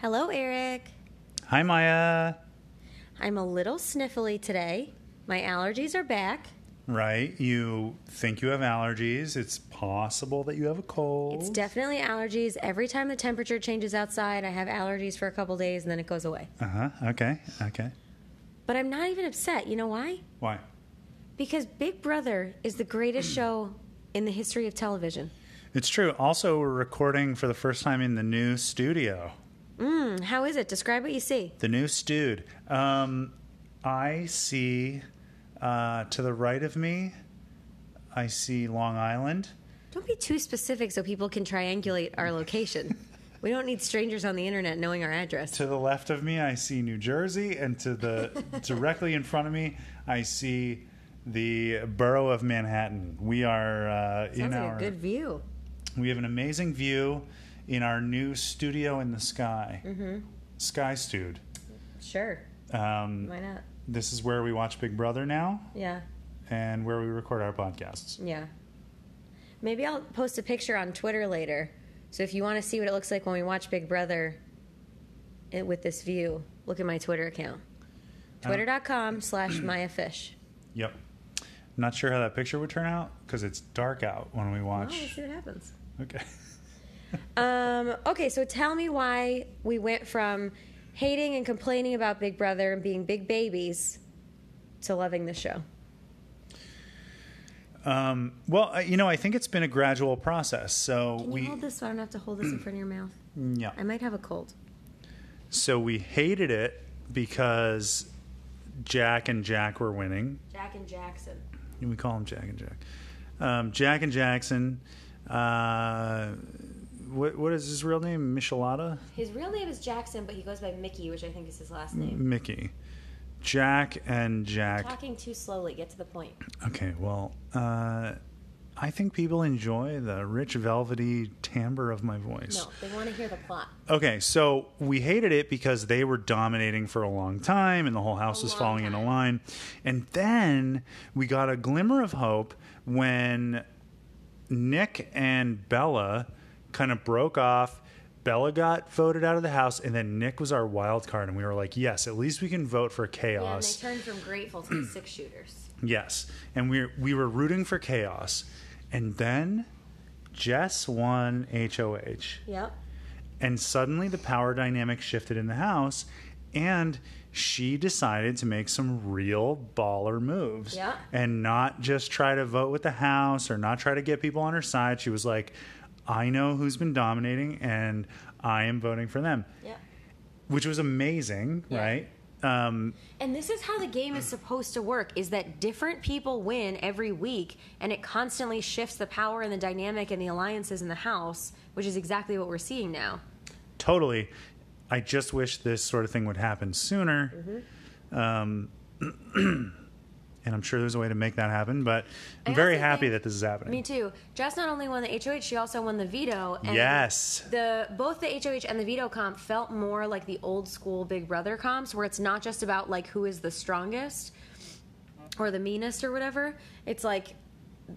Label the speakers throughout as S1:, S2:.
S1: Hello, Eric.
S2: Hi, Maya.
S1: I'm a little sniffly today. My allergies are back.
S2: Right? You think you have allergies. It's possible that you have a cold.
S1: It's definitely allergies. Every time the temperature changes outside, I have allergies for a couple days and then it goes away.
S2: Uh huh. Okay. Okay.
S1: But I'm not even upset. You know why?
S2: Why?
S1: Because Big Brother is the greatest show in the history of television.
S2: It's true. Also, we're recording for the first time in the new studio.
S1: Mm, how is it? Describe what you see.
S2: The new stewed. Um, I see uh, to the right of me. I see Long Island.
S1: Don't be too specific so people can triangulate our location. we don't need strangers on the internet knowing our address.
S2: To the left of me, I see New Jersey, and to the directly in front of me, I see the borough of Manhattan. We are uh,
S1: Sounds
S2: in
S1: like
S2: our.
S1: a good view.
S2: We have an amazing view in our new studio in the sky,
S1: Mm-hmm.
S2: Sky Stewed.
S1: Sure.
S2: Um,
S1: Why not?
S2: this is where we watch Big Brother now,
S1: Yeah.
S2: and where we record our podcasts.
S1: Yeah. Maybe I'll post a picture on Twitter later. So if you want to see what it looks like when we watch Big Brother it, with this view, look at my Twitter account. Uh, Twitter.com slash Maya Fish.
S2: Yep. Not sure how that picture would turn out because it's dark out when we
S1: Oh, we'll
S2: watch.
S1: see what happens.
S2: Okay.
S1: Um, okay, so tell me why we went from hating and complaining about Big Brother and being big babies to loving the show.
S2: Um, well, I- you know, I think it's been a gradual process. So
S1: Can
S2: we,
S1: you hold this so I don't have to hold this in front of your mouth?
S2: yeah.
S1: I might have a cold.
S2: So we hated it because Jack and Jack were winning.
S1: Jack and Jackson.
S2: And we call him Jack and Jack. Um, Jack and Jackson. Uh, what what is his real name? Michelada.
S1: His real name is Jackson, but he goes by Mickey, which I think is his last name.
S2: Mickey. Jack and Jack.
S1: Talking too slowly. Get to the point.
S2: Okay, well, uh, I think people enjoy the rich, velvety timbre of my voice.
S1: No, they want to hear the plot.
S2: Okay, so we hated it because they were dominating for a long time and the whole house was
S1: long
S2: falling into
S1: time.
S2: line. And then we got a glimmer of hope when Nick and Bella kind of broke off. Bella got voted out of the house, and then Nick was our wild card, and we were like, "Yes, at least we can vote for
S1: Yeah, and
S2: chaos."
S1: they turned from grateful to the six shooters.
S2: Yes, and we we were rooting for chaos, and then Jess won HOH,
S1: Yep.
S2: and suddenly the power dynamic shifted in the house, and she decided to make some real baller moves,
S1: Yeah.
S2: and not just try to vote with the house or not try to get people on her side. She was like, "I know who's been dominating, and I am voting for them,"
S1: Yep.
S2: which was amazing,
S1: Yeah.
S2: right? Um,
S1: And this is how the game is supposed to work is that different people win every week and it constantly shifts the power and the dynamic and the alliances in the house, which is exactly what we're seeing now.
S2: totally. I just wish this sort of thing would happen sooner.
S1: Mm-hmm.
S2: Um, and I'm sure there's a way to make that happen, but I'm
S1: I
S2: very
S1: also
S2: happy
S1: think-
S2: that this is happening.
S1: Me too. Jess not only won the HOH, she also won the veto. And
S2: Yes.
S1: The both the HOH and the veto comp felt more like the old school Big Brother comps, where it's not just about like who is the strongest or the meanest or whatever. It's like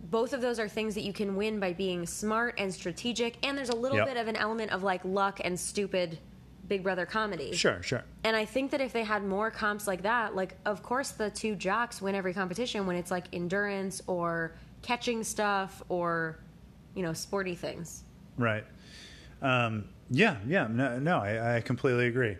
S1: both of those are things that you can win by being smart and strategic, and there's a little
S2: Yep.
S1: bit of an element of like luck and stupid Big Brother comedy.
S2: Sure, sure.
S1: And I think that if they had more comps like that, like of course the two jocks win every competition when it's like endurance or catching stuff or you know sporty things.
S2: Right. Um, yeah, yeah. No, no I, I completely agree.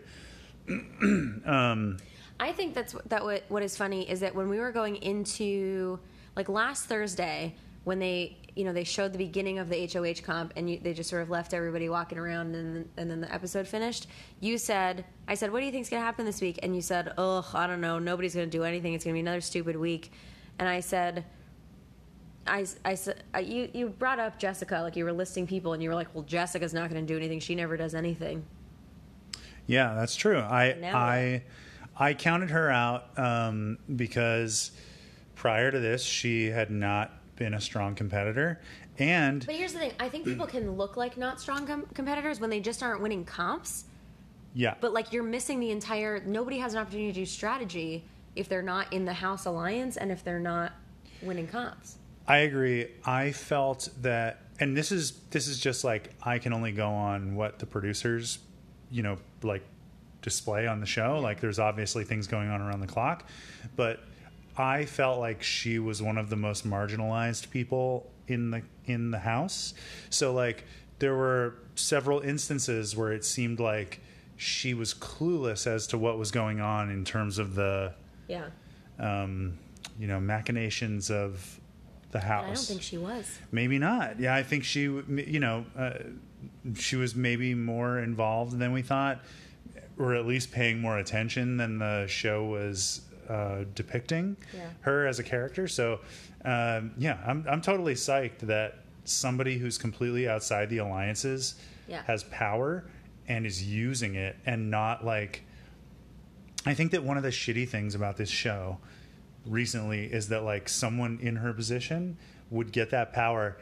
S1: I think that's what- that what, what is funny is that when we were going into like last Thursday when they you know they showed the beginning of the HOH comp and you, they just sort of left everybody walking around and then, and then the episode finished. You said I said what do you think's going to happen this week and you said ugh I don't know nobody's going to do anything it's going to be another stupid week and I said. I, s- I s- I- you, you brought up Jessica, like you were listing people, and you were like, well, Jessica's not going to do anything. She never does anything.
S2: Yeah, that's true. I
S1: Now
S2: I I counted her out um, because prior to this, she had not been a strong competitor, and
S1: But here's the thing: I think people can look like not strong com- competitors when they just aren't winning comps.
S2: yeah,
S1: But like you're missing the entire. Nobody has an opportunity to do strategy if they're not in the house alliance and if they're not winning comps.
S2: I agree. I felt that, and this is this is just like I can only go on what the producers you know, like display on the show. Like there's obviously things going on around the clock, but I felt like she was one of the most marginalized people in the in the house. So like there were several instances where it seemed like she was clueless as to what was going on in terms of the
S1: Yeah.
S2: um, you know machinations of the
S1: And I don't
S2: house.
S1: think she was.
S2: Maybe not. Yeah, I think she, you know, uh, she was maybe more involved than we thought, or at least paying more attention than the show was uh, depicting
S1: Yeah.
S2: her as a character. So, um, yeah, I'm I'm totally psyched that somebody who's completely outside the alliances
S1: Yeah.
S2: has power and is using it and not like. I think that one of the shitty things about this show recently is that like someone in her position would get that power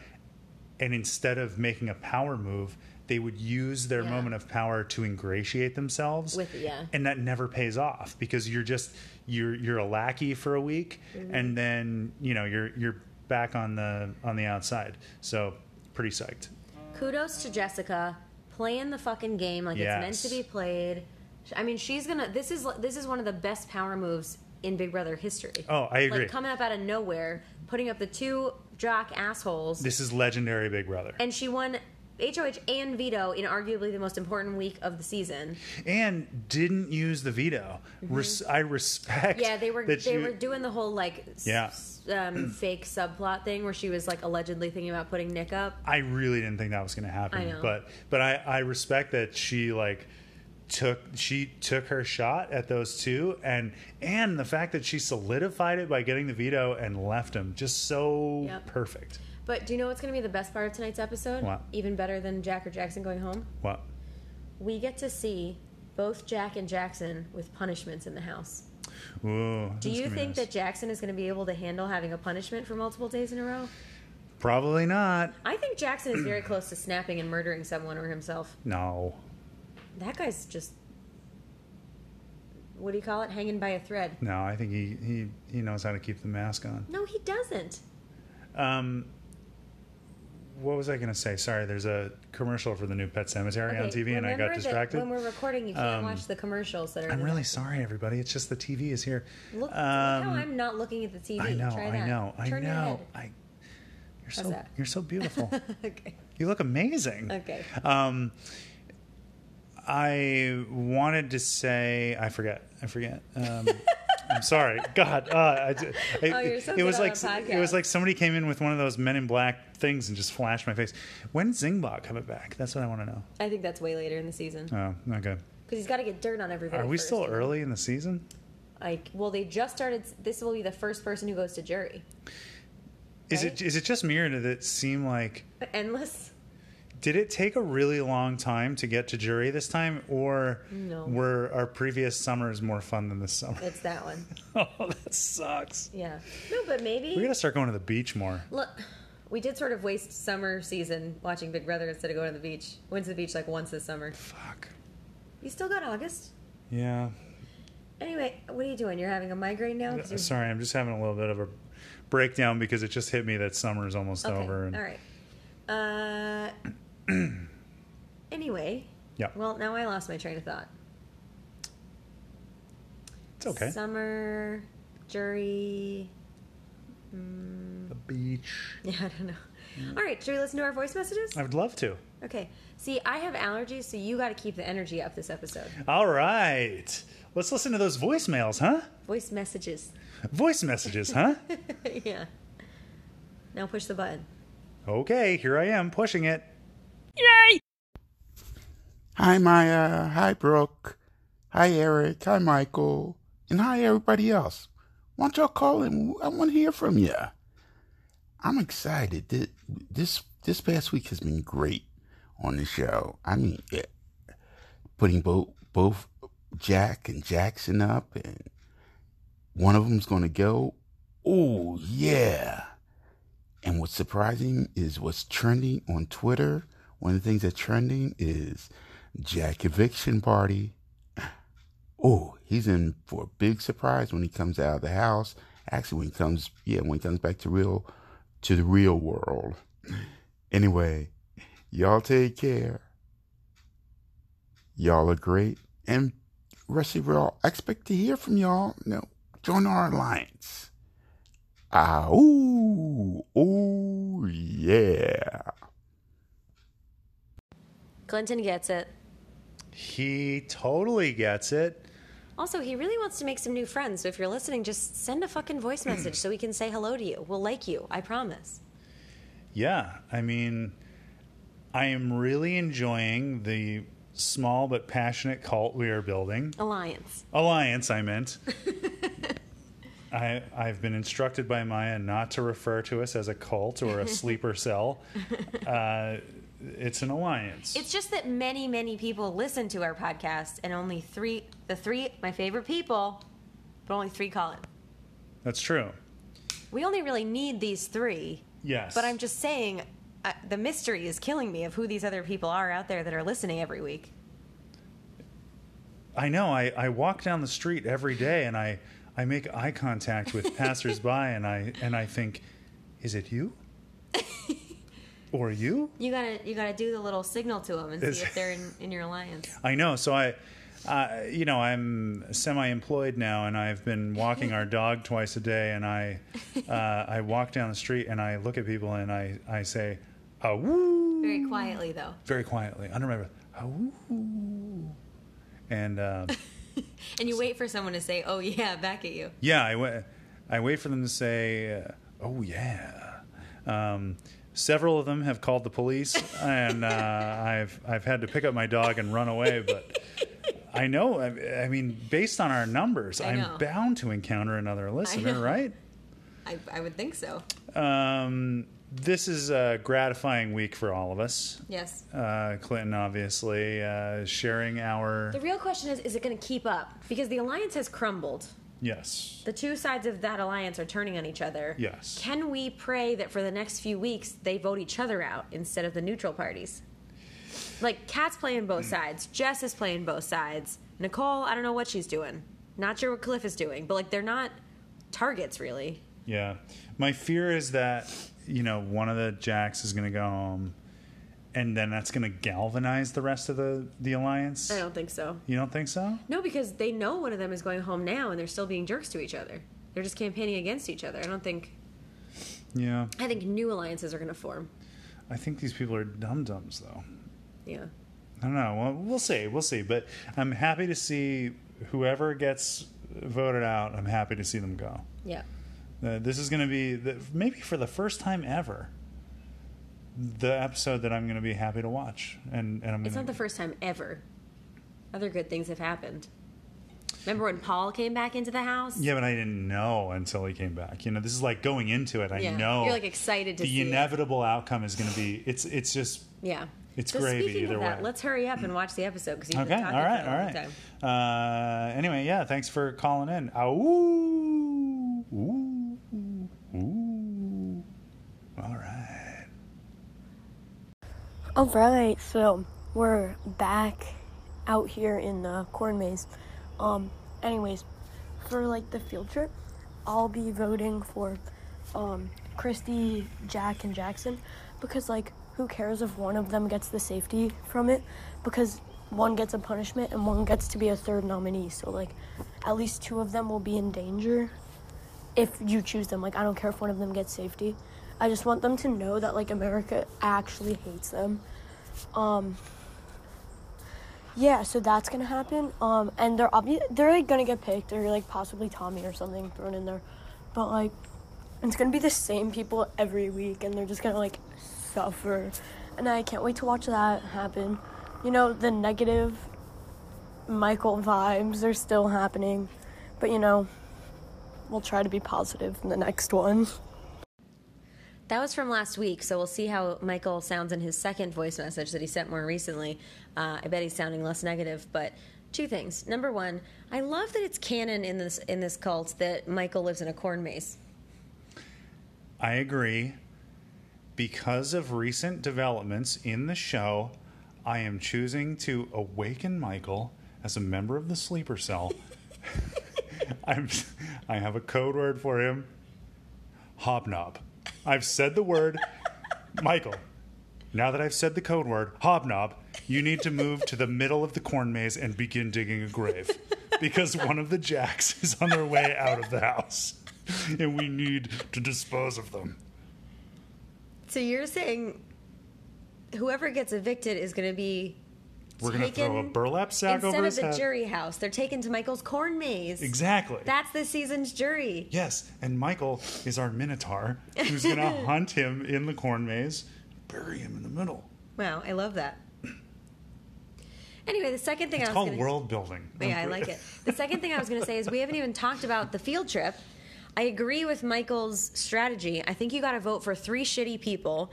S2: and instead of making a power move they would use their
S1: Yeah.
S2: moment of power to ingratiate themselves
S1: With- yeah.
S2: and that never pays off because you're just you're you're a lackey for a week
S1: Mm-hmm.
S2: and then you know you're you're back on the on the outside so pretty psyched
S1: Kudos to Jessica playing the fucking game like it's meant
S2: Yes.
S1: to be played. Sh- I mean, she's gonna. This is this is one of the best power moves in Big Brother history.
S2: oh i agree
S1: Like coming up out of nowhere, putting up the two jock assholes,
S2: this is legendary big brother
S1: and she won HOH and veto in arguably the most important week of the season.
S2: and didn't use the veto Res- i respect
S1: Mm-hmm. Yeah, they were
S2: that
S1: they
S2: you-
S1: were doing the whole like s-
S2: Yeah.
S1: s- um, fake subplot thing where she was like allegedly thinking about putting Nick up.
S2: I really didn't think that was going to happen.
S1: I know.
S2: But but I I respect that she like took she took her shot at those two and and the fact that she solidified it by getting the veto and left him just so
S1: Yep.
S2: perfect.
S1: But do you know what's going to be the best part of tonight's episode?
S2: What?
S1: Even better than Jack or Jackson going home.
S2: Wow.
S1: We get to see both Jack and Jackson with punishments in the house.
S2: Ooh,
S1: Do you think that Jackson is going to be able to handle having a punishment for multiple days in a row?
S2: probably not?
S1: I think Jackson is very close to snapping and murdering someone or himself.
S2: No.
S1: That guy's just what do you call it? Hanging by a thread.
S2: No, I think he he he knows how to keep the mask on.
S1: No, he doesn't.
S2: Um what was I going to say? Sorry, there's a commercial for the new Pet Cemetery on
S1: Okay,
S2: TV and I
S1: remember
S2: got
S1: that
S2: distracted.
S1: When we're recording, you can't
S2: Um,
S1: watch the commercials that are. in
S2: I'm
S1: the
S2: really
S1: back.
S2: sorry, everybody. It's just the TV is here.
S1: Look, look how
S2: Um,
S1: I'm not looking at the TV.
S2: I know,
S1: Try that.
S2: I know, I
S1: Turn your
S2: know.
S1: head.
S2: I, you're
S1: How's
S2: so
S1: that?
S2: you're so beautiful.
S1: okay.
S2: you look amazing.
S1: Okay.
S2: Um, I wanted to say I forget. I forget. Um, I'm sorry. God, uh, I, ju- I-
S1: Oh, you're so
S2: it
S1: good
S2: was
S1: on
S2: like
S1: the podcast.
S2: it was like somebody came in with one of those Men in Black things and just flashed my face. When Zingbot coming back? That's what I want to know.
S1: I think that's way later in the season because
S2: Oh, okay.
S1: he's got to get dirt on everybody.
S2: Are we
S1: first,
S2: still
S1: you know?
S2: early in the season?
S1: Like, well, they just started. This will be the first person who goes to jury.
S2: Is
S1: Right?
S2: it is it just me or did it seem like?
S1: Endless.
S2: Did it take a really long time to get to jury this time, or
S1: No.
S2: were our previous summers more fun than this summer?
S1: It's that one.
S2: oh, that sucks.
S1: Yeah. No, but maybe.
S2: We gotta start going to the beach more.
S1: Look, we did sort of waste summer season watching Big Brother instead of going to the beach. Went to the beach like once this summer.
S2: Fuck.
S1: You still got August.
S2: Yeah.
S1: Anyway, what are you doing? You're having a migraine now? 'Cause you're-
S2: Uh, Sorry, I'm just having a little bit of a breakdown because it just hit me that summer's almost
S1: Okay.
S2: over. And
S1: All right. Uh, anyway.
S2: Yeah.
S1: Well, now I lost my train of thought.
S2: it's okay.
S1: Summer, jury. Mm,
S2: the beach.
S1: yeah, I don't know. All right. Should we listen to our voice messages?
S2: I would love to.
S1: Okay. See, I have allergies, so you got to keep the energy up this episode.
S2: All right. Let's listen to those voicemails, huh?
S1: Voice messages.
S2: Voice messages, huh?
S1: yeah. Now push the button.
S2: okay, here I am pushing it.
S3: Hi, Maya. Hi, Brooke. Hi, Eric. Hi, Michael. And hi, everybody else. Why don't y'all call in? I want to hear from you. I'm excited. Th- This this past week has been great on the show. I mean, eh, putting both both Jack and Jackson up, and one of them's going to go. Oh yeah! And what's surprising is what's trending on Twitter. One of the things that's trending is Jack eviction party. Oh, he's in for a big surprise when he comes out of the house. Actually, when he comes, yeah, when he comes back to real, to the real world. Anyway, y'all take care. Y'all are great. And Rusty, we'll expect to hear from y'all. No, join our alliance. Ah, ooh, ooh, yeah.
S1: Clinton gets it.
S2: He totally gets it.
S1: Also, he really wants to make some new friends. So if you're listening, just send a fucking voice message so we can say hello to you. We'll like you. I promise.
S2: Yeah, I mean, I am really enjoying the small but passionate cult we are building.
S1: Alliance.
S2: Alliance, I meant. I, I've been instructed by Maya not to refer to us as a cult or a sleeper cell. Uh, it's an alliance.
S1: It's just that many, many people listen to our podcast, and only three, the three, my favorite people, but only three call it.
S2: That's true.
S1: We only really need these three,
S2: Yes.
S1: but I'm just saying uh, the mystery is killing me of who these other people are out there that are listening every week.
S2: I know. I, I walk down the street every day and I, I make eye contact with passersby and I and I think, is it you? or you?
S1: You gotta, you gotta do the little signal to them and see
S2: Is-
S1: if they're in, in your alliance.
S2: I know. So I, uh, you know, I'm semi-employed now, and I've been walking our dog twice a day. And I, uh, I walk down the street and I look at people and I, I say, ah woo,
S1: Very quietly, though.
S2: very quietly under my breath, ah woo, and uh,
S1: And you wait for someone to say, oh, yeah, back at you.
S2: yeah, I wait, I wait for them to say, uh, oh yeah. Um, several of them have called the police, and uh, I've I've had to pick up my dog and run away, but. I know. I I mean, based on our numbers,
S1: I know.
S2: I'm bound to encounter another listener,
S1: know.
S2: right?
S1: I, I would think so.
S2: Um, this is a gratifying week for all of us.
S1: Yes.
S2: Uh, Clinton, obviously, uh, sharing our
S1: The real question is is it going to keep up? Because the alliance has crumbled.
S2: yes,
S1: The two sides of that alliance are turning on each other.
S2: Yes.
S1: Can we pray that for the next few weeks they vote each other out instead of the neutral parties? Like, Kat's playing both sides. Jess is playing both sides. Nicole, I don't know what she's doing. Not sure what Cliff is doing, but like, they're not targets, really.
S2: yeah. My fear is that you know one of the jacks is going to go home, and then that's going to galvanize the rest of the the alliance.
S1: I don't think so.
S2: You don't think so?
S1: No, because they know one of them is going home now and they're still being jerks to each other. They're just campaigning against each other. I don't think.
S2: Yeah.
S1: I think new alliances are going to form.
S2: I think these people are dum dums though.
S1: Yeah.
S2: I don't know. Well, we'll see. We'll see. But I'm happy to see whoever gets voted out. I'm happy to see them go.
S1: Yeah.
S2: Uh, this is going to be the, maybe for the first time ever the episode that I'm going to be happy to watch. And and I'm
S1: It's
S2: gonna,
S1: not the first time ever. Other good things have happened. Remember when Paul came back into the house?
S2: yeah, but I didn't know until he came back. You know, this is like going into it. I
S1: Yeah.
S2: know
S1: You're like excited to
S2: the
S1: see. it.
S2: inevitable outcome is going to be. It's it's just
S1: Yeah.
S2: It's
S1: so
S2: gravy
S1: Speaking
S2: either
S1: of that,
S2: way.
S1: let's hurry up and watch the episode because you've
S2: okay.
S1: been
S2: All
S1: talking
S2: right.
S1: for a
S2: All
S1: long
S2: right.
S1: time.
S2: Uh, anyway, yeah. Thanks for calling in. Ooh, ooh, ooh. All right.
S4: All right, so we're back out here in the corn maze. Um, anyways, for like the field trip, I'll be voting for um Christy, Jack, and Jackson because like who cares if one of them gets the safety from it because one gets a punishment and one gets to be a third nominee. So like at least two of them will be in danger if you choose them. Like, I don't care if one of them gets safety. I just want them to know that, like, America actually hates them. Um, yeah, so that's gonna happen. Um, and they're obvious, they're like gonna get picked, or like possibly Tommy or something thrown in there. But like, it's gonna be the same people every week, and they're just gonna like suffer. And I can't wait to watch that happen. You know, the negative Michael vibes are still happening, but you know, we'll try to be positive in the next one.
S1: That was from last week, so we'll see how Michael sounds in his second voice message that he sent more recently. Uh, I bet he's sounding less negative, but two things. Number one, I love that it's canon in this in this cult that Michael lives in a corn maze.
S2: I agree. Because of recent developments in the show, I am choosing to awaken Michael as a member of the sleeper cell. I'm, I have a code word for him hobnob. I've said the word. Michael, Now that I've said the code word, hobnob, you need to move to the middle of the corn maze and begin digging a grave because one of the jacks is on their way out of the house and we need to dispose of them.
S1: So you're saying whoever gets evicted is going to be
S2: We're going to throw a
S1: Taken-
S2: burlap sack
S1: instead
S2: over
S1: of
S2: his
S1: the
S2: head.
S1: jury house, they're taken to Michael's corn maze.
S2: Exactly.
S1: That's this season's jury.
S2: Yes, and Michael is our minotaur who's going to hunt him in the corn maze, bury him in the middle.
S1: Wow, I love that. Anyway, the second thing
S2: It's
S1: I was
S2: called
S1: gonna-
S2: world building.
S1: Yeah, I like it. The second thing I was going to say is we haven't even talked about the field trip. I agree with Michael's strategy. I think you got to vote for three shitty people.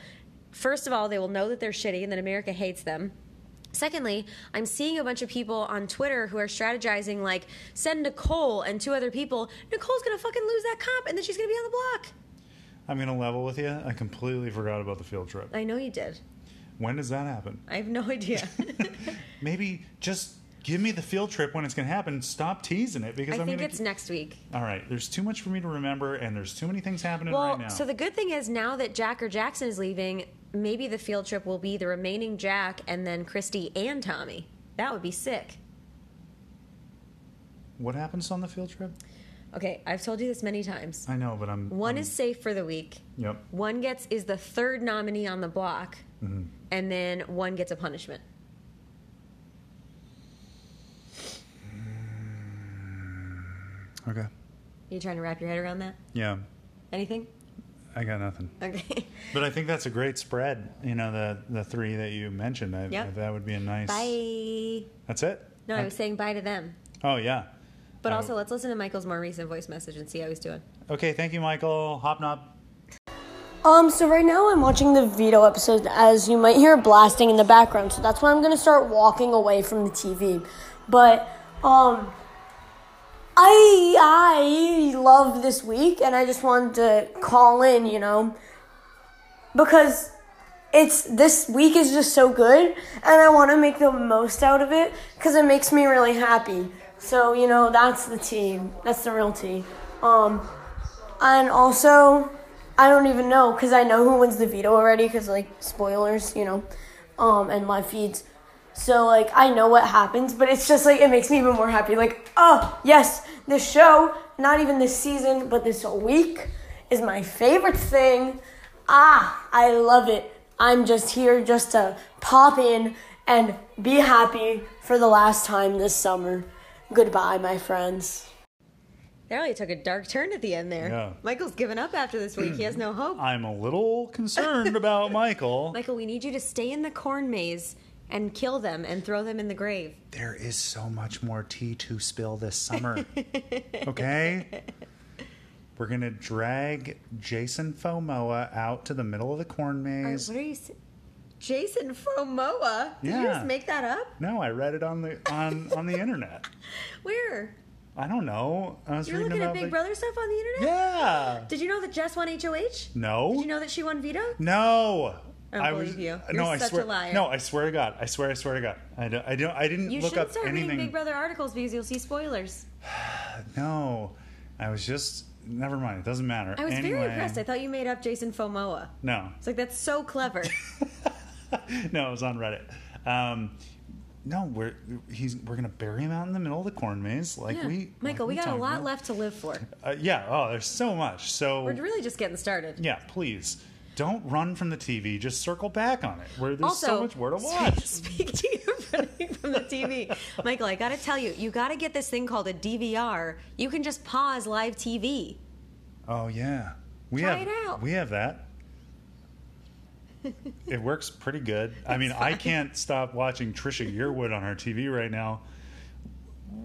S1: First of all, they will know that they're shitty and that America hates them. Secondly, I'm seeing a bunch of people on Twitter who are strategizing like send Nicole and two other people. Nicole's going to fucking lose that comp and then she's going to be on the block.
S2: I'm going to level with you. I completely forgot about the field trip.
S1: I know you did.
S2: When does that happen?
S1: I have no idea.
S2: Maybe just give me the field trip when it's going to happen. Stop teasing it because
S1: I
S2: am
S1: think
S2: gonna...
S1: it's next week.
S2: All right, there's too much for me to remember, and there's too many things happening
S1: Well,
S2: right now.
S1: so the good thing is now that Jack or Jackson is leaving, maybe the field trip will be the remaining Jack and then Christy and Tommy. That would be sick.
S2: what happens on the field trip?
S1: Okay, I've told you this many times.
S2: I know, but I'm
S1: One
S2: I'm-
S1: is safe for the week.
S2: Yep.
S1: One gets is the third nominee on the block,
S2: Mm-hmm.
S1: and then one gets a punishment.
S2: Okay.
S1: you trying to wrap your head around that?
S2: Yeah,
S1: Anything?
S2: I got nothing.
S1: Okay.
S2: But I think that's a great spread. You know, the the three that you mentioned. I,
S1: Yep.
S2: I- that would be a nice.
S1: bye.
S2: That's it.
S1: No, I
S2: Uh,
S1: was saying bye to them.
S2: Oh yeah.
S1: But
S2: I-
S1: also, let's listen to Michael's more recent voice message and see how he's doing.
S2: Okay. Thank you, Michael. Hobnob.
S4: Um, so right now I'm watching the veto episode as you might hear blasting in the background, so that's why I'm gonna start walking away from the TV. But um I I love this week and I just wanted to call in, you know, because it's this week is just so good and I wanna make the most out of it because it makes me really happy. So, you know, that's the team. That's the real tea. Um and also, I don't even know because I know who wins the veto already because like spoilers, you know, um, and live feeds. So like I know what happens, but it's just like it makes me even more happy. Like oh yes, this show, not even this season, but this week is my favorite thing. Ah, I love it. I'm just here just to pop in and be happy for the last time this summer. Goodbye, my friends.
S1: That really took a dark turn at the end there.
S2: Yeah.
S1: Michael's given up after this week. he has no hope.
S2: I'm a little concerned about Michael.
S1: Michael, we need you to stay in the corn maze and kill them and throw them in the grave.
S2: There is so much more tea to spill this summer. okay? We're going to drag Jason Fomoa out to the middle of the corn maze.
S1: what are you s- Jason Fomoa? Did you
S2: Yeah.
S1: just make that up?
S2: No, I read it on the on on the internet.
S1: Where?
S2: I don't know. I was
S1: You're
S2: reading
S1: looking at
S2: about
S1: Big
S2: the-
S1: Brother stuff on the internet?
S2: Yeah.
S1: Did you know that Jess won HOH?
S2: No.
S1: Did you know that she won veto?
S2: no.
S1: I don't believe Oh, you.
S2: no,
S1: You're
S2: I
S1: such a
S2: swear,
S1: liar.
S2: No, I swear to God. I swear. I swear to God. I don't. I, don't, I didn't
S1: You
S2: look
S1: should
S2: up
S1: start reading
S2: anything.
S1: Big Brother articles because you'll see spoilers.
S2: No, I was just. Never mind. It doesn't matter.
S1: I was very
S2: Anyway,
S1: impressed. I thought you made up Jason Fomoa.
S2: no,
S1: It's like that's so clever.
S2: no, it was on Reddit. Um, no, we're he's we're gonna bury him out in the middle of the corn maze, like
S1: Yeah.
S2: we.
S1: Michael,
S2: like
S1: we got a
S2: talked
S1: lot
S2: about. Oh.
S1: left to live for.
S2: Uh, yeah. Oh, there's so much. So
S1: We're really just getting started.
S2: yeah, please don't run from the TV. Just circle back on it. Where there's
S1: also,
S2: so much more to
S1: spe-
S2: watch.
S1: Speaking of running from the TV, Michael, I gotta tell you, you gotta get this thing called a DVR. You can just pause live TV.
S2: Oh yeah, we
S1: Try
S2: have
S1: it out.
S2: we have that. it works pretty good. I mean, I can't stop watching Trisha Yearwood on our TV right now.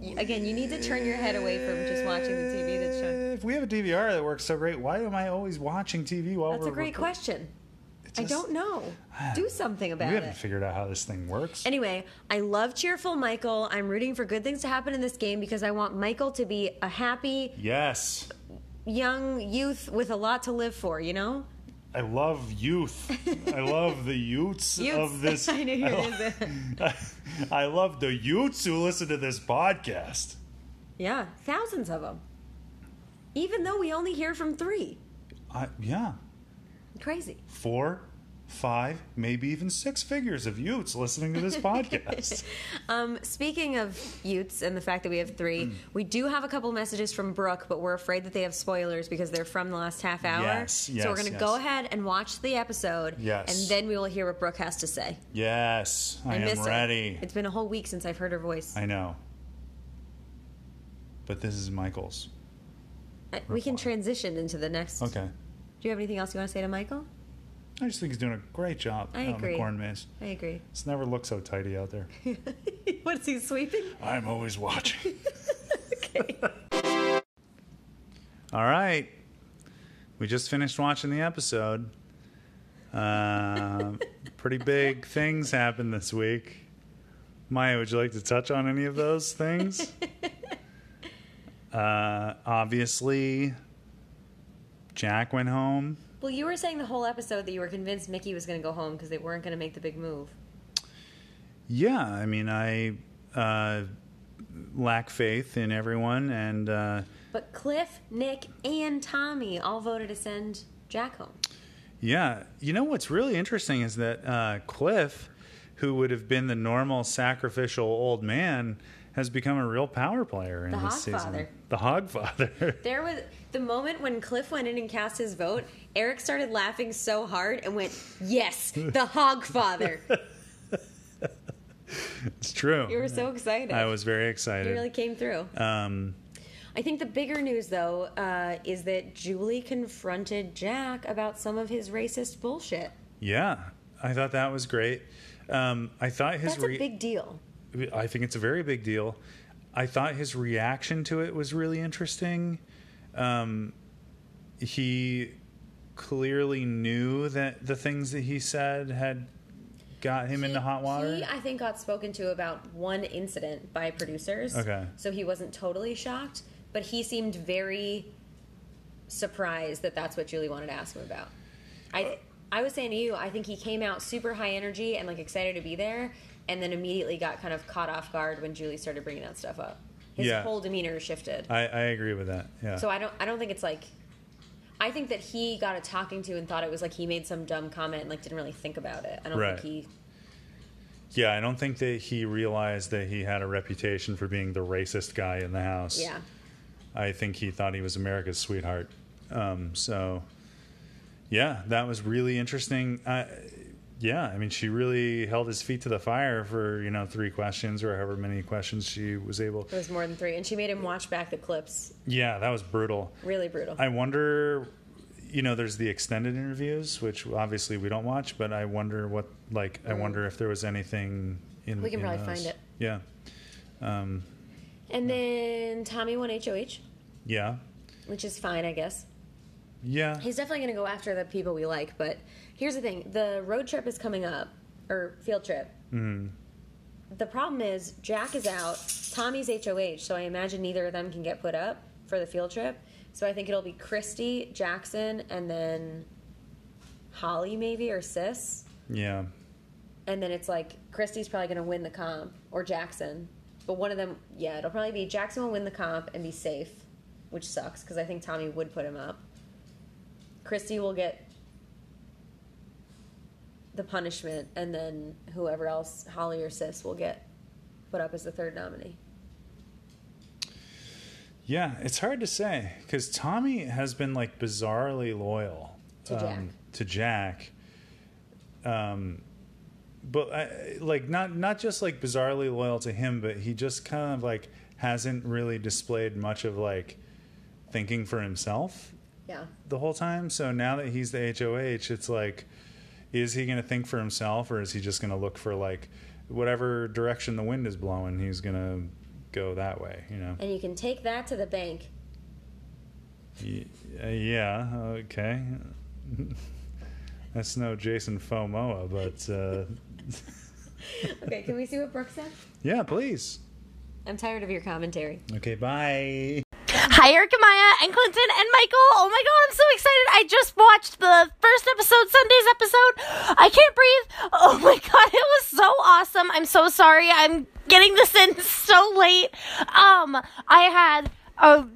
S1: You- Again, you need to turn your head away from just watching the TV that's showing.
S2: If we have a DVR that works so great, why am I always watching TV while
S1: That's
S2: we're
S1: a great
S2: recording?
S1: question.
S2: It
S1: I
S2: just- Ah,
S1: don't know. Do something about
S2: We haven't
S1: it.
S2: figured out how this thing works.
S1: Anyway, I love cheerful Michael. I'm rooting for good things to happen in this game because I want Michael to be a happy
S2: yes,
S1: young youth with a lot to live for, you know?
S2: I love youth. I love the youths, of this.
S1: I knew you were gonna say that.
S2: I, I love the youths who listen to this podcast.
S1: Yeah, thousands of them. Even though we only hear from three.
S2: I, yeah,
S1: Crazy.
S2: four five, maybe even six figures of Utes listening to this podcast.
S1: Um, speaking of Utes and the fact that we have three,
S2: Mm.
S1: we do have a couple messages from Brooke, but we're afraid that they have spoilers because they're from the last half hour.
S2: Yes,
S1: so we're
S2: yes,
S1: going to
S2: yes.
S1: go ahead and watch the episode,
S2: Yes.
S1: and then we will hear what Brooke has to say.
S2: Yes, I,
S1: I, miss
S2: am
S1: her.
S2: ready.
S1: It's been a whole week since I've heard her voice.
S2: I know. But this is Michael's.
S1: I- Uh, we can
S2: reply.
S1: transition into the next. Do
S2: Okay.
S1: you have anything else you want to say to Michael?
S2: I just think he's doing a great job
S1: I
S2: out in
S1: agree.
S2: the corn maze.
S1: I agree.
S2: It's never looked so tidy out there.
S1: What's he sweeping?
S2: I'm always watching.
S1: Okay.
S2: All right. We just finished watching the episode. Uh, pretty big things happened this week. Maya, would you like to touch on any of those things? uh, obviously, Jack went home.
S1: well, you were saying the whole episode that you were convinced Mickey was going to go home because they weren't going to make the big move.
S2: Yeah, I mean, I uh, lack faith in everyone, and uh,
S1: But Cliff, Nick, and Tommy all voted to send Jack home.
S2: yeah, you know what's really interesting is that uh, Cliff, who would have been the normal sacrificial old man, has become a real power player in
S1: The
S2: this season.
S1: Hogfather.
S2: The Hogfather.
S1: There was the moment when Cliff went in and cast his vote, Eric started laughing so hard and went, Yes, the Hogfather.
S2: it's true.
S1: You were so excited.
S2: I was very excited.
S1: You really came through.
S2: um,
S1: I think the bigger news, though, uh, is that Julie confronted Jack about some of his racist bullshit.
S2: yeah, I thought that was great. Um, I thought his
S1: That's a
S2: re-
S1: big deal.
S2: I think it's a very big deal. I thought his reaction to it was really interesting. Um, he clearly knew that the things that he said had got him into hot water.
S1: He, I think, got spoken to about one incident by producers.
S2: Okay.
S1: So he wasn't totally shocked, but he seemed very surprised that that's what Julie wanted to ask him about. I, I was saying to you, I think he came out super high energy and like excited to be there, and then immediately got kind of caught off guard when Julie started bringing that stuff up. His
S2: Yeah.
S1: whole demeanor shifted.
S2: I, I agree with that. Yeah.
S1: So I don't I don't think it's like I think that he got a talking to and thought it was like he made some dumb comment and like didn't really think about it. I don't
S2: Right.
S1: think he
S2: yeah, I don't think that he realized that he had a reputation for being the racist guy in the house.
S1: yeah.
S2: I think he thought he was America's sweetheart. Um, so, yeah, that was really interesting. Uh, yeah, I mean, she really held his feet to the fire for you know three questions or however many questions she was able.
S1: It was more than three. And she made him watch back the clips.
S2: Yeah, that was brutal.
S1: Really brutal.
S2: I wonder, you know, there's the extended interviews, which obviously we don't watch, but I wonder what, like, I wonder if there was anything in.
S1: We can
S2: in
S1: probably
S2: those.
S1: find it.
S2: Yeah,
S1: and then Tommy won HOH,
S2: yeah,
S1: which is fine, I guess.
S2: yeah.
S1: He's definitely going to go after the people we like, but here's the thing the road trip is coming up, or field trip. The problem is, Jack is out, Tommy's HOH, so I imagine neither of them can get put up for the field trip. So I think it'll be Christy, Jackson, and then Holly, maybe, or Sis.
S2: yeah,
S1: And then it's like Christy's probably going to win the comp, or Jackson. But one of them, yeah, it'll probably be Jackson will win the comp and be safe, which sucks because I think Tommy would put him up. Christy will get the punishment, and then whoever else, Holly or Sis, will get put up as the third nominee.
S2: Yeah, it's hard to say because Tommy has been like bizarrely loyal um,
S1: To Jack.
S2: To Jack. Um, but I, like not not just like bizarrely loyal to him, but he just kind of like hasn't really displayed much of like thinking for himself
S1: Yeah.
S2: the whole time. So now that he's the HOH, it's like, is he going to think for himself or is he just going to look for like whatever direction the wind is blowing? He's going to go that way, you know.
S1: And you can take that to the bank.
S2: Y- uh, yeah, okay. That's no Jason Fomoa, but uh,
S1: Okay, can we see what Brooke said?
S2: yeah, please.
S1: I'm tired of your commentary.
S2: Okay, bye.
S5: Hi, Erica Maya and Clinton and Michael. Oh my god, I'm so excited. I just watched the first episode, Sunday's episode. I can't breathe. Oh my god, it was so awesome. I'm so sorry. I'm getting this in so late. Um, I had a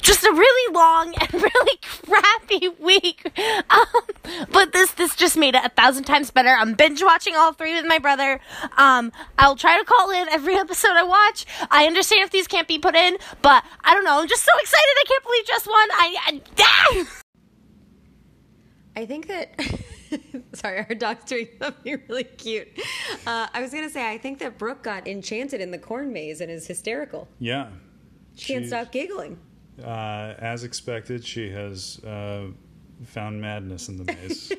S5: just a really long and really crappy week. Um, but this this just made it a thousand times better. I'm binge watching all three with my brother. Um, I'll try to call in every episode I watch. I understand if these can't be put in, but I don't know. I'm just so excited. I can't believe just one. I, I
S1: I think that. Sorry, our dog's doing something really cute. Uh, I was gonna say, I think that Brooke got enchanted in the corn maze and is hysterical.
S2: Yeah.
S1: She can't
S2: She's-
S1: stop giggling.
S2: Uh, as expected, she has uh, found madness in the maze.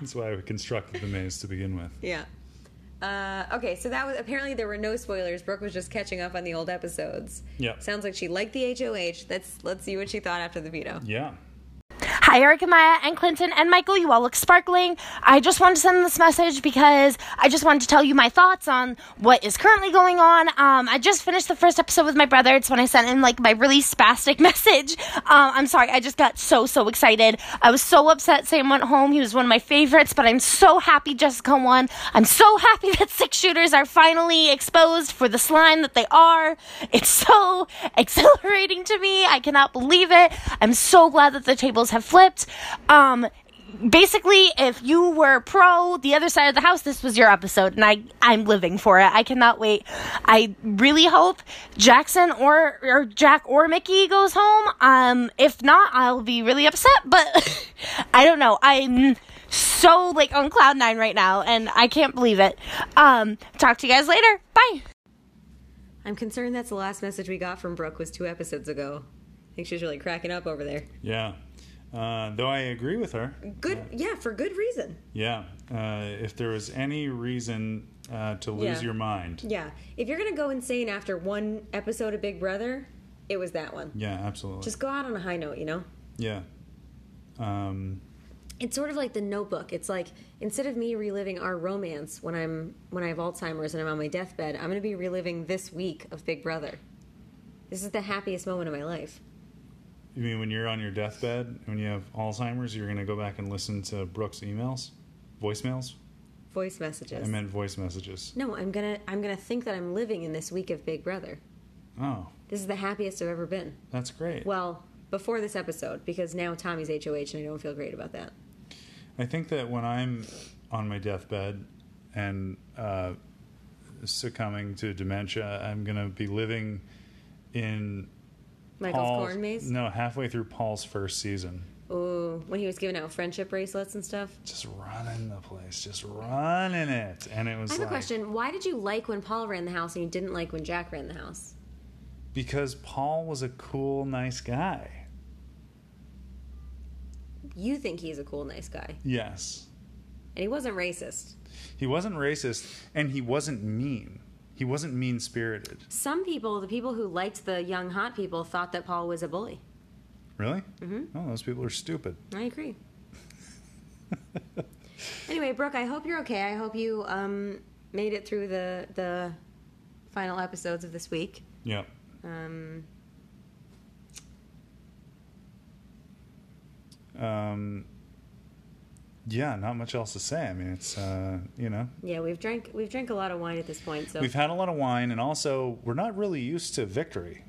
S2: That's why we constructed the maze to begin with.
S1: Yeah. Uh, okay, so that was apparently there were no spoilers. Brooke was just catching up on the old episodes.
S2: Yeah.
S1: Sounds like she liked the HOH. Let's let's see what she thought after the veto.
S2: Yeah.
S5: Hi, Erica Maya and Clinton and Michael. You all look sparkling. I just wanted to send this message because I just wanted to tell you my thoughts on what is currently going on. Um, I just finished the first episode with my brother. It's when I sent in like my really spastic message. Um, I'm sorry. I just got so so excited. I was so upset. Sam went home. He was one of my favorites, but I'm so happy Jessica won. I'm so happy that six shooters are finally exposed for the slime that they are. It's so exhilarating to me. I cannot believe it. I'm so glad that the tables have flipped. Um, basically, if you were pro the other side of the house, this was your episode, and I I'm living for it. I cannot wait. I really hope Jackson or or Jack or Mickey goes home. Um, if not, I'll be really upset. But I don't know. I'm so like on cloud nine right now, and I can't believe it. Um, talk to you guys later. Bye.
S1: I'm concerned that's the last message we got from Brooke was two episodes ago. I think she's really cracking up over there.
S2: Yeah. Uh, though I agree with her.
S1: Good, yeah, for good reason.
S2: Yeah. Uh, if there was any reason uh, to lose
S1: Yeah.
S2: your mind.
S1: Yeah, if you're gonna go insane after one episode of Big Brother, it was that one.
S2: Yeah, absolutely.
S1: Just go out on a high note, you know.
S2: yeah. Um,
S1: It's sort of like the Notebook. It's like instead of me reliving our romance when I'm when I have Alzheimer's and I'm on my deathbed, I'm gonna be reliving this week of Big Brother. This is the happiest moment of my life.
S2: you mean when you're on your deathbed, when you have Alzheimer's, you're going to go back and listen to Brooke's emails? Voicemails?
S1: Voice messages.
S2: I meant voice messages.
S1: no, I'm gonna I'm gonna think that I'm living in this week of Big Brother.
S2: Oh,
S1: This is the happiest I've ever been.
S2: that's great.
S1: Well, before this episode, because now Tommy's HOH and I don't feel great about that.
S2: I think that when I'm on my deathbed and uh, succumbing to dementia, I'm going to be living in
S1: Michael's
S2: Paul's-
S1: corn maze.
S2: No, halfway through Paul's first season.
S1: Ooh, when he was giving out friendship bracelets and stuff.
S2: Just running the place, just running it. And it was
S1: I have a
S2: like,
S1: question. Why did you like when Paul ran the house and you didn't like when Jack ran the house?
S2: because Paul was a cool, nice guy.
S1: You think he's a cool, nice guy,
S2: Yes.
S1: and he wasn't racist.
S2: He wasn't racist and he wasn't mean. He wasn't mean spirited.
S1: Some people, the people who liked the young hot people, thought that Paul was a bully.
S2: Really? Mm-hmm. Oh, those people are stupid.
S1: I agree. anyway, Brooke, I hope you're okay. I hope you um, made it through the the final episodes of this week.
S2: Yep.
S1: Um,
S2: Um, yeah, not much else to say. I mean, it's uh, you know,
S1: yeah, we've drank we've drank a lot of wine at this point, so
S2: we've had a lot of wine, and also we're not really used to victory.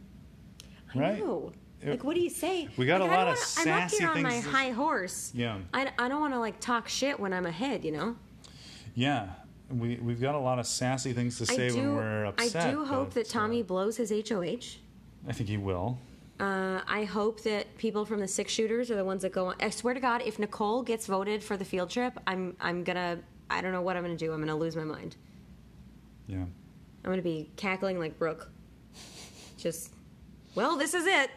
S1: I
S2: right?
S1: know.
S2: It-
S1: like, what do you say?
S2: We got
S1: Like,
S2: a
S1: I
S2: lot
S1: don't
S2: of
S1: wanna- I'm up
S2: sassy
S1: here on my
S2: things that-
S1: high horse.
S2: Yeah,
S1: I, I don't want to like talk shit when I'm ahead, you know.
S2: yeah. We we've got a lot of sassy things to say
S1: I do.
S2: when we're upset.
S1: I do hope
S2: but,
S1: that Tommy
S2: uh,
S1: blows his HOH.
S2: I think he will.
S1: Uh, I hope that people from the six shooters are the ones that go. on. I swear to God, if Nicole gets voted for the field trip, I'm I'm gonna. I don't know what I'm gonna do. I'm gonna lose my mind.
S2: Yeah.
S1: I'm gonna be cackling like Brooke. Just, well, this is it.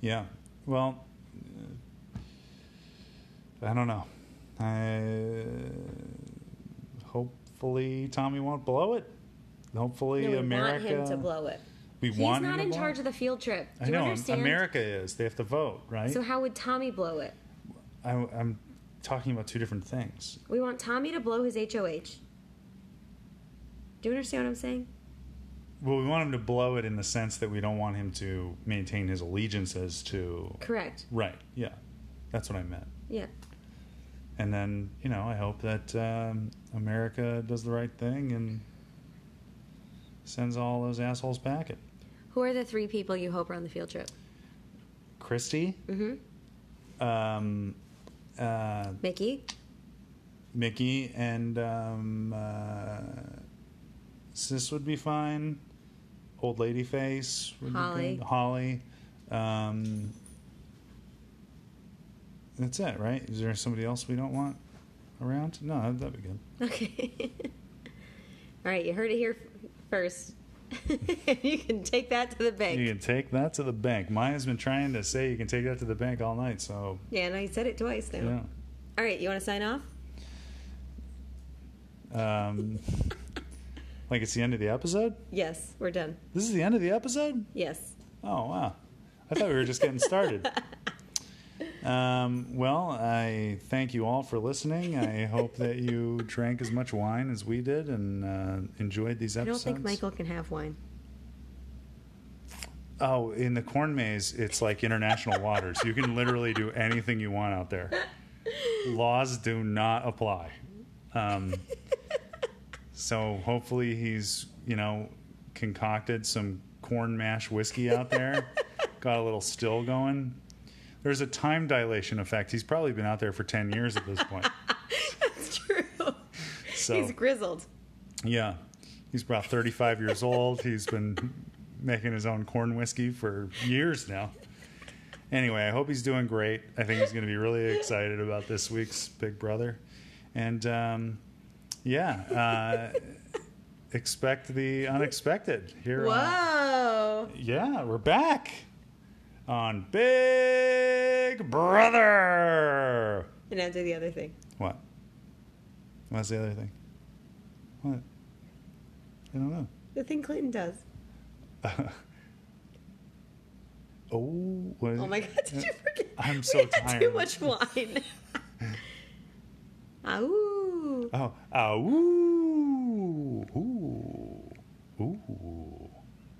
S2: Yeah. Well, uh, I don't know. I hopefully Tommy won't blow it. Hopefully
S1: No, we
S2: America.
S1: want him to blow it.
S2: We
S1: He's
S2: want him
S1: not
S2: to
S1: in
S2: blow
S1: charge
S2: it.
S1: of the field trip. Do
S2: I
S1: you
S2: know
S1: understand?
S2: America is. They have to vote, right?
S1: So how would Tommy blow it?
S2: I, I'm talking about two different things.
S1: We want Tommy to blow his HOH. Do you understand what I'm saying?
S2: Well, we want him to blow it in the sense that we don't want him to maintain his allegiances to.
S1: Correct.
S2: Right. Yeah. That's what I meant.
S1: Yeah.
S2: And then you know, I hope that um, America does the right thing and sends all those assholes packing.
S1: Who are the three people you hope are on the field trip?
S2: Christy, um, uh,
S1: Mickey,
S2: Mickey, and um, uh, Sis would be fine. Old lady face. Would
S1: Holly.
S2: Be good. Holly. Um, that's it, right? Is there somebody else we don't want around? No, that'd be good.
S1: Okay. All right, you heard it here f- first. you can take that to the bank.
S2: You can take that to the bank. Maya's been trying to say you can take that to the bank all night, so
S1: Yeah, and I said it twice now.
S2: yeah.
S1: All right, you want to sign off?
S2: Um, like it's the end of the episode?
S1: Yes, we're done.
S2: This is the end of the episode?
S1: Yes.
S2: Oh wow! I thought we were just getting started. Um, well, I thank you all for listening. I hope that you drank as much wine as we did and uh, enjoyed these
S1: I don't
S2: episodes.
S1: think Michael can have wine.
S2: Oh, in the corn maze, it's like international waters. You can literally do anything you want out there. Laws do not apply. Um, so hopefully he's, you know, concocted some corn mash whiskey out there, got a little still going. There's a time dilation effect. He's probably been out there for 10 years at this point.
S1: That's true.
S2: So
S1: He's grizzled.
S2: yeah. He's about 35 years old. He's been making his own corn whiskey for years now. Anyway, I hope he's doing great. I think he's going to be really excited about this week's Big Brother. And um, yeah, uh, expect the unexpected here. On,
S1: Whoa.
S2: yeah, we're back on Big Brother.
S1: And now do the other thing.
S2: What? What's the other thing? What? I don't know.
S1: The thing Clinton does.
S2: Oh, what is
S1: Oh my
S2: it?
S1: God, did you forget?
S2: I'm
S1: we
S2: so
S1: had
S2: tired.
S1: too much wine. Ow.
S2: Oh, ah, ooh, ooh, ooh.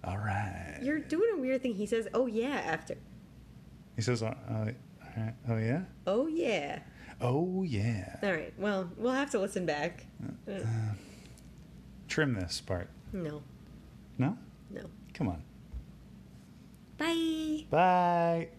S2: All right.
S1: You're doing a weird thing. He says, oh yeah, after.
S2: He says, uh, uh, alright. oh yeah,
S1: Oh yeah.
S2: oh yeah.
S1: All right. Well, we'll have to listen back. Uh,
S2: Trim this part.
S1: No.
S2: No,
S1: No.
S2: come on.
S1: Bye.
S2: Bye.